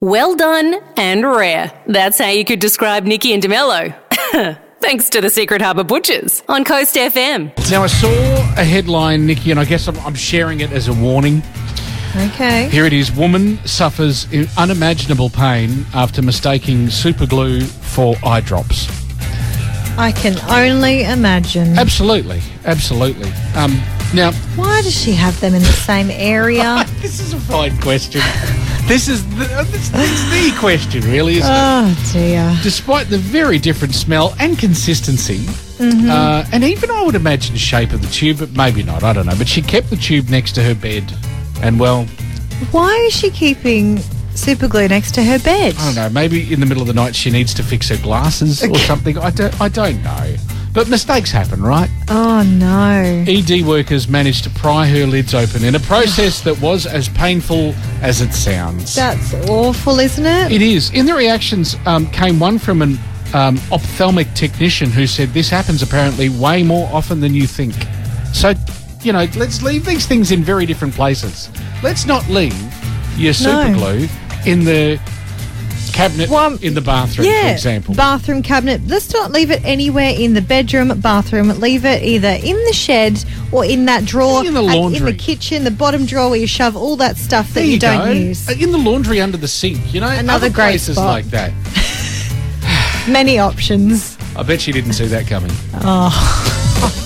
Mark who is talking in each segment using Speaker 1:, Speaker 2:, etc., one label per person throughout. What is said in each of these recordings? Speaker 1: Well done and rare. That's how you could describe Nikki and DeMello. Thanks to the Secret Harbour Butchers on Coast FM.
Speaker 2: Now, I saw a headline, Nikki, and I guess I'm, I'm sharing it as a warning.
Speaker 3: Okay.
Speaker 2: Here it is Woman suffers in unimaginable pain after mistaking superglue for eye drops.
Speaker 3: I can only imagine.
Speaker 2: Absolutely. Absolutely. Um, now,
Speaker 3: Why does she have them in the same area?
Speaker 2: this is a fine question. This is the, uh, this, this is the question, really, isn't it?
Speaker 3: oh dear.
Speaker 2: despite the very different smell and consistency, uh, and even I would imagine shape of the tube, but maybe not. I don't know. But she kept the tube next to her bed, and well,
Speaker 3: Why is she keeping superglue next to her bed?
Speaker 2: I don't know. Maybe in the middle of the night she needs to fix her glasses or something. I don't. I don't know. But mistakes happen, right?
Speaker 3: Oh no.
Speaker 2: ED workers managed to pry her lids open in a process that was as painful as it sounds.
Speaker 3: That's awful, isn't it?
Speaker 2: It is. In the reactions um, came one from an um, ophthalmic technician who said this happens apparently way more often than you think. So, you know, let's leave these things in very different places. Let's not leave your super glue in the cabinet
Speaker 3: Well,
Speaker 2: in the bathroom, for example.
Speaker 3: Bathroom cabinet. Let's not leave it anywhere in the bedroom, bathroom. Leave it either in the shed or in that drawer,
Speaker 2: In the
Speaker 3: at- in
Speaker 2: laundry.
Speaker 3: the kitchen, the bottom drawer where you shove all that stuff that
Speaker 2: there
Speaker 3: you, don't
Speaker 2: go. Uh,
Speaker 3: use.
Speaker 2: In the laundry under the sink, you know,
Speaker 3: Another
Speaker 2: other
Speaker 3: great
Speaker 2: places
Speaker 3: spot.
Speaker 2: like that.
Speaker 3: Many options.
Speaker 2: I bet she didn't see that coming.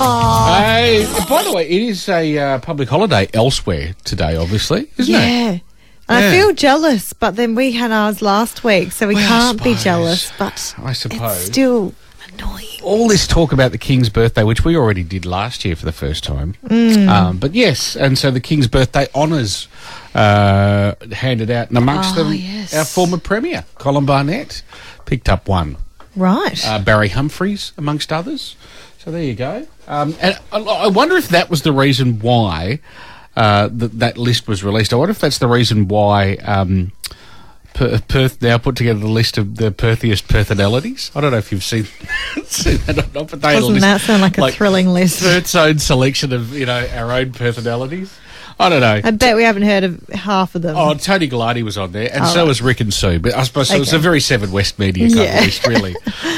Speaker 2: Oh. by the way, it is a uh, public holiday elsewhere today, obviously, isn't it?
Speaker 3: Yeah. And
Speaker 2: Yeah.
Speaker 3: I feel jealous, but then we had ours last week, so we
Speaker 2: Well, I
Speaker 3: can't be
Speaker 2: suppose.
Speaker 3: jealous. But
Speaker 2: I suppose.
Speaker 3: it's still annoying.
Speaker 2: all this talk about the King's birthday, which we already did last year for the first time.
Speaker 3: Mm.
Speaker 2: Um, but yes, and so the King's birthday honours uh, handed out, and amongst
Speaker 3: Oh,
Speaker 2: them,
Speaker 3: yes.
Speaker 2: our former Premier, Colin Barnett, picked up one.
Speaker 3: Right.
Speaker 2: Uh, Barry Humphries, amongst others. So there you go. Um, and I, I wonder if that was the reason why uh, th- that list was released. I wonder if that's the reason why. Um, Per- Perth now put together the list of the Perthiest personalities. I don't know if you've seen, seen that or not, but they had a
Speaker 3: Doesn't
Speaker 2: list-
Speaker 3: that sound like a thrilling list?
Speaker 2: Perth's own selection of you know our own personalities. I don't know.
Speaker 3: I bet we haven't heard of half of them.
Speaker 2: Oh, Tony Gallardi was on there, and
Speaker 3: Oh,
Speaker 2: so
Speaker 3: right.
Speaker 2: was Rick and Sue. But I suppose it was
Speaker 3: Okay.
Speaker 2: a very Seven West media kind
Speaker 3: Yeah.
Speaker 2: of list, really.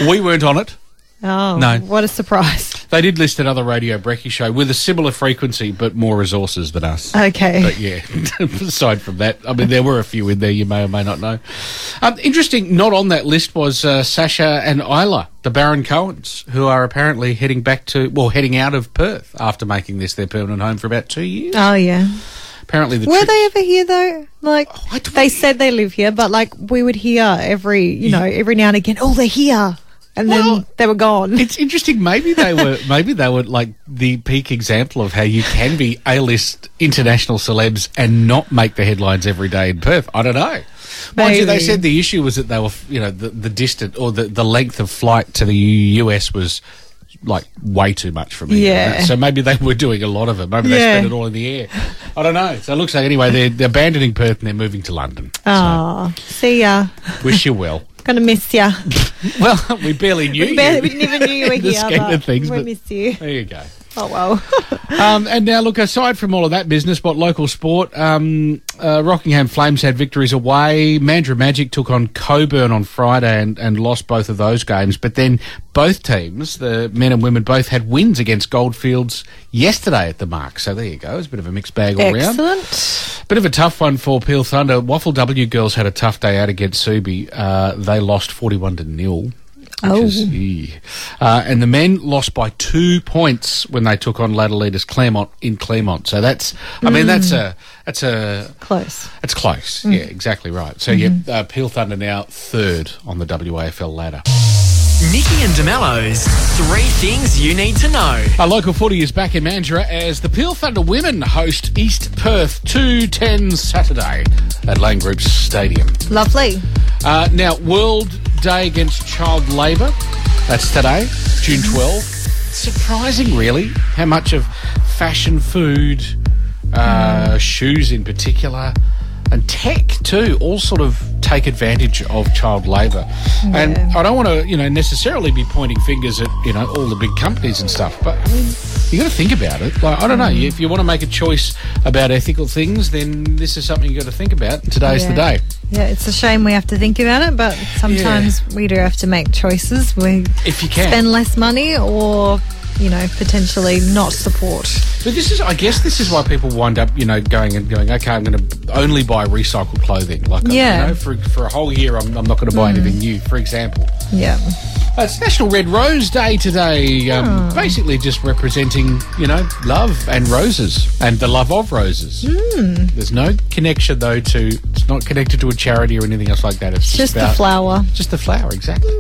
Speaker 2: we weren't on it.
Speaker 3: Oh,
Speaker 2: no.
Speaker 3: what a surprise.
Speaker 2: They did list another Radio Brekkie show with a similar frequency but more resources than us.
Speaker 3: Okay.
Speaker 2: But yeah, aside from that, I mean, there were a few in there you may or may not know. Um, interesting, not on that list was uh, Sasha and Isla, the Baron Cohens, who are apparently heading back to, well, heading out of Perth after making this their permanent home for about two years.
Speaker 3: Oh, yeah.
Speaker 2: apparently, the
Speaker 3: Were
Speaker 2: trip-
Speaker 3: they ever here, though? Like,
Speaker 2: Oh, I don't-
Speaker 3: they said they live here, but like, we would hear every, you know, every now and again, oh, they're here. And
Speaker 2: Well,
Speaker 3: then they were gone.
Speaker 2: It's interesting. Maybe they were. Maybe they were like the peak example of how you can be A-list international celebs and not make the headlines every day in Perth. I don't know. Mind you, they
Speaker 3: Maybe.
Speaker 2: said the issue was that they were, you know, the, the distance or the, the length of flight to the U- US was like way too much for me.
Speaker 3: Yeah.
Speaker 2: So maybe they were doing a lot of it. Maybe they
Speaker 3: Yeah.
Speaker 2: spent it all in the air. I don't know. So it looks like anyway they're, they're abandoning Perth and they're moving to London.
Speaker 3: Oh, see ya.
Speaker 2: So wish you well.
Speaker 3: Gonna miss ya.
Speaker 2: Well, we barely knew
Speaker 3: we, barely,
Speaker 2: you.
Speaker 3: we never knew you were
Speaker 2: in the
Speaker 3: here.
Speaker 2: scheme
Speaker 3: but
Speaker 2: of things,
Speaker 3: we
Speaker 2: but-
Speaker 3: miss you.
Speaker 2: There you go.
Speaker 3: Oh, well.
Speaker 2: Um, and now, look, aside from all of that business, what local sport? Um, uh, Rockingham Flames had victories away. Mandra Magic took on Coburn on Friday and, and lost both of those games. But then both teams, the men and women, both had wins against Goldfields yesterday at the mark. So there you go. It was a bit of a mixed bag all round.
Speaker 3: Excellent.
Speaker 2: Bit of a tough one for Peel Thunder. Waffle W girls had a tough day out against Subi. Uh, they lost 41 to nil. which
Speaker 3: Oh.
Speaker 2: is- eh. uh, and the men lost by two points when they took on ladder leaders Claremont in Claremont. So that's, I mean, that's a, that's a,
Speaker 3: Close.
Speaker 2: that's close. Yeah, exactly right. So yeah, uh, Peel Thunder now third on the WAFL ladder.
Speaker 4: Nikki and DeMello's three things you need to know.
Speaker 2: Our local footy is back in Mandurah as the Peel Thunder women host East Perth 210 Saturday at Lane Group Stadium.
Speaker 3: Lovely.
Speaker 2: Uh, now, World Day Against Child Labour. That's today, June 12. Surprising, really, how much of fashion, food, uh, shoes in particular, and tech too, all sort of take advantage of child labour. And I don't want to, you know, necessarily be pointing fingers at, you know, all the big companies and stuff, but I mean, you got to think about it. Like I don't know, if you want to make a choice about ethical things, then this is something you got to think about. Today's the
Speaker 3: Yeah.
Speaker 2: day.
Speaker 3: Yeah, it's a shame we have to think about it, but sometimes we do have to make choices. We
Speaker 2: If you can.
Speaker 3: spend less money or, you know, potentially not support.
Speaker 2: But this is, I guess, this is why people wind up, you know, going and going. Okay, I'm going to only buy recycled clothing. Like,
Speaker 3: Yeah. Hmm.
Speaker 2: you know, for for a whole year, I'm, I'm not going to buy anything new. For example,
Speaker 3: Yeah.
Speaker 2: Uh, it's National Red Rose Day today. Um,
Speaker 3: Oh.
Speaker 2: Basically, just representing, you know, love and roses and the love of roses.
Speaker 3: Hmm.
Speaker 2: There's no connection though to it's not connected to a charity or anything else like that. It's
Speaker 3: Just the
Speaker 2: about-
Speaker 3: flower.
Speaker 2: just the flour, exactly.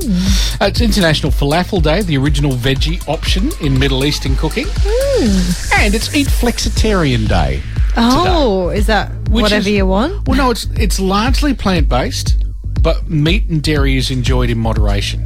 Speaker 2: Uh, it's International Falafel Day, the original veggie option in Middle Eastern cooking.
Speaker 3: Mm.
Speaker 2: And it's Eat Flexitarian Day.
Speaker 3: Oh, is that
Speaker 2: which
Speaker 3: whatever
Speaker 2: is-
Speaker 3: you want?
Speaker 2: Well, no, it's it's largely plant based, but meat and dairy is enjoyed in moderation.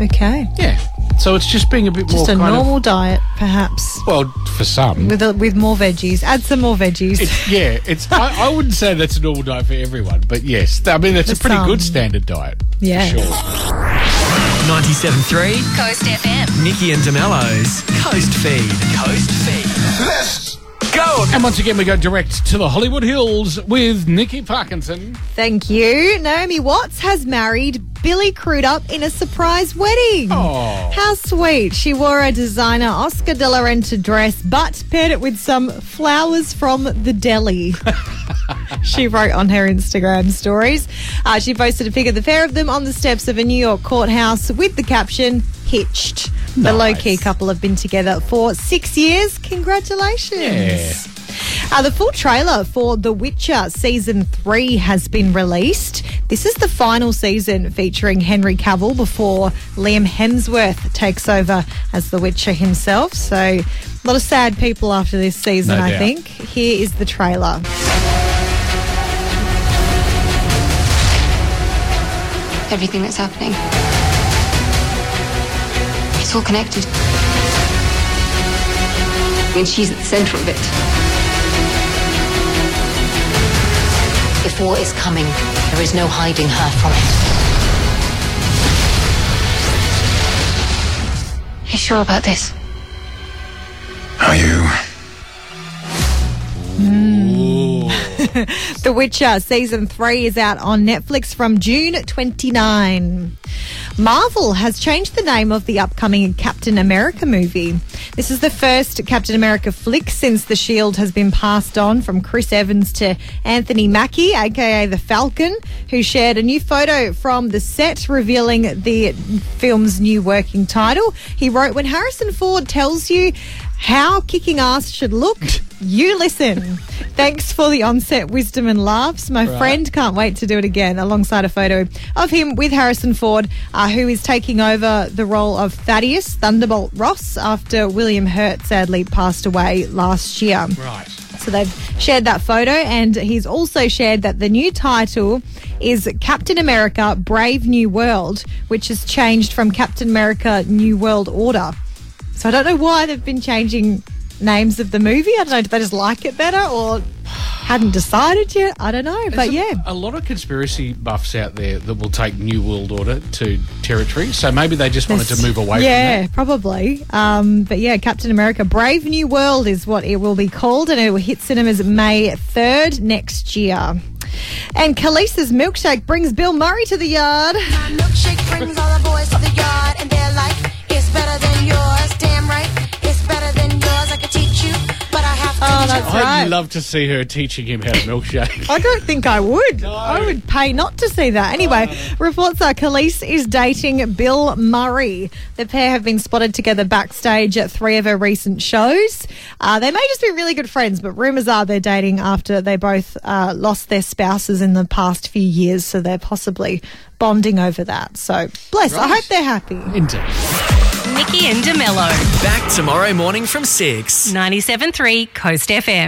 Speaker 3: Okay.
Speaker 2: Yeah. So it's just being a bit
Speaker 3: Just
Speaker 2: more
Speaker 3: a
Speaker 2: kind
Speaker 3: normal diet, perhaps,
Speaker 2: of well for some.
Speaker 3: with a, with more veggies. Add some more veggies.
Speaker 2: It's, yeah, it's. I, I wouldn't say that's a normal diet for everyone, but yes, I mean that's
Speaker 3: For
Speaker 2: a pretty good
Speaker 3: some.
Speaker 2: standard diet.
Speaker 3: Yeah.
Speaker 2: for sure.
Speaker 4: 97.3,
Speaker 5: Coast FM.
Speaker 4: Nikki and DeMello's Coast Feed. Coast Feed. Let's go.
Speaker 2: And once again, we go direct to the Hollywood Hills with Nikki Parkinson.
Speaker 3: Thank you. Naomi Watts has married Billy Crudup in a surprise wedding.
Speaker 2: Aw.
Speaker 3: How sweet. She wore a designer Oscar de la Renta dress, but paired it with some flowers from the deli. she wrote on her Instagram stories. Uh, she posted a pic of the pair of them on the steps of a New York courthouse with the caption, Hitched. The
Speaker 2: Nice.
Speaker 3: low key couple have been together for six years. Congratulations.
Speaker 2: Yeah.
Speaker 3: Uh, the full trailer for The Witcher season three has been released. This is the final season featuring Henry Cavill before Liam Hemsworth takes over as The Witcher himself. So, a lot of sad people after this season,
Speaker 2: No
Speaker 3: I
Speaker 2: doubt.
Speaker 3: think. Here is the trailer.
Speaker 6: everything that's happening. It's all connected. And she's at the center of it.
Speaker 5: If war is coming, there is no hiding her from it.
Speaker 6: Are you sure about this?
Speaker 7: Are you
Speaker 3: The Witcher season three is out on Netflix from June 29. Marvel has changed the name of the upcoming Captain America movie. This is the first Captain America flick since The Shield has been passed on from Chris Evans to Anthony Mackie, aka The Falcon, who shared a new photo from the set revealing the film's new working title. He wrote, When Harrison Ford tells you how kicking ass should look, you listen. Thanks for the onset wisdom and laughs. My friend can't wait to do it again, alongside a photo of him with Harrison Ford, uh, who is taking over the role of Thaddeus Thunderbolt Ross after William Hurt sadly passed away last year.
Speaker 2: Right.
Speaker 3: So they've shared that photo, and he's also shared that the new title is Captain America Brave New World, which has changed from Captain America New World Order. So I don't know why they've been changing names of the movie. I don't know. Do they just like it better or hadn't decided yet? I don't know. But
Speaker 2: There's
Speaker 3: yeah.
Speaker 2: Uh, a, a lot of conspiracy buffs out there that will take New World Order to territory. So maybe they just wanted to move away.
Speaker 3: yeah,
Speaker 2: from
Speaker 3: probably. Um, but yeah, Captain America: Brave New World is what it will be called, and it will hit cinemas May third next year. And Khaleesi's milkshake brings Bill Murray to the yard.
Speaker 8: My milkshake brings all the boys to the yard, and they're like, "It's better than yours, damn right. It's better than yours. I could teach you, but I have to."
Speaker 3: Oh,
Speaker 8: teach you."
Speaker 3: that's
Speaker 2: That. I'd
Speaker 3: right.
Speaker 2: love to see her teaching him how to milkshake.
Speaker 3: I don't think I would. I would pay not to see that. Anyway, reports are Khalees is dating Bill Murray. The pair have been spotted together backstage at three of her recent shows. Uh, they may just be really good friends, but rumours are they're dating after they both uh, lost their spouses in the past few years, so they're possibly bonding over that. So, bless. I hope they're happy.
Speaker 2: Indeed.
Speaker 1: Nikki and DeMello,
Speaker 4: Back tomorrow morning from 6.
Speaker 1: 97.3 Coast FM.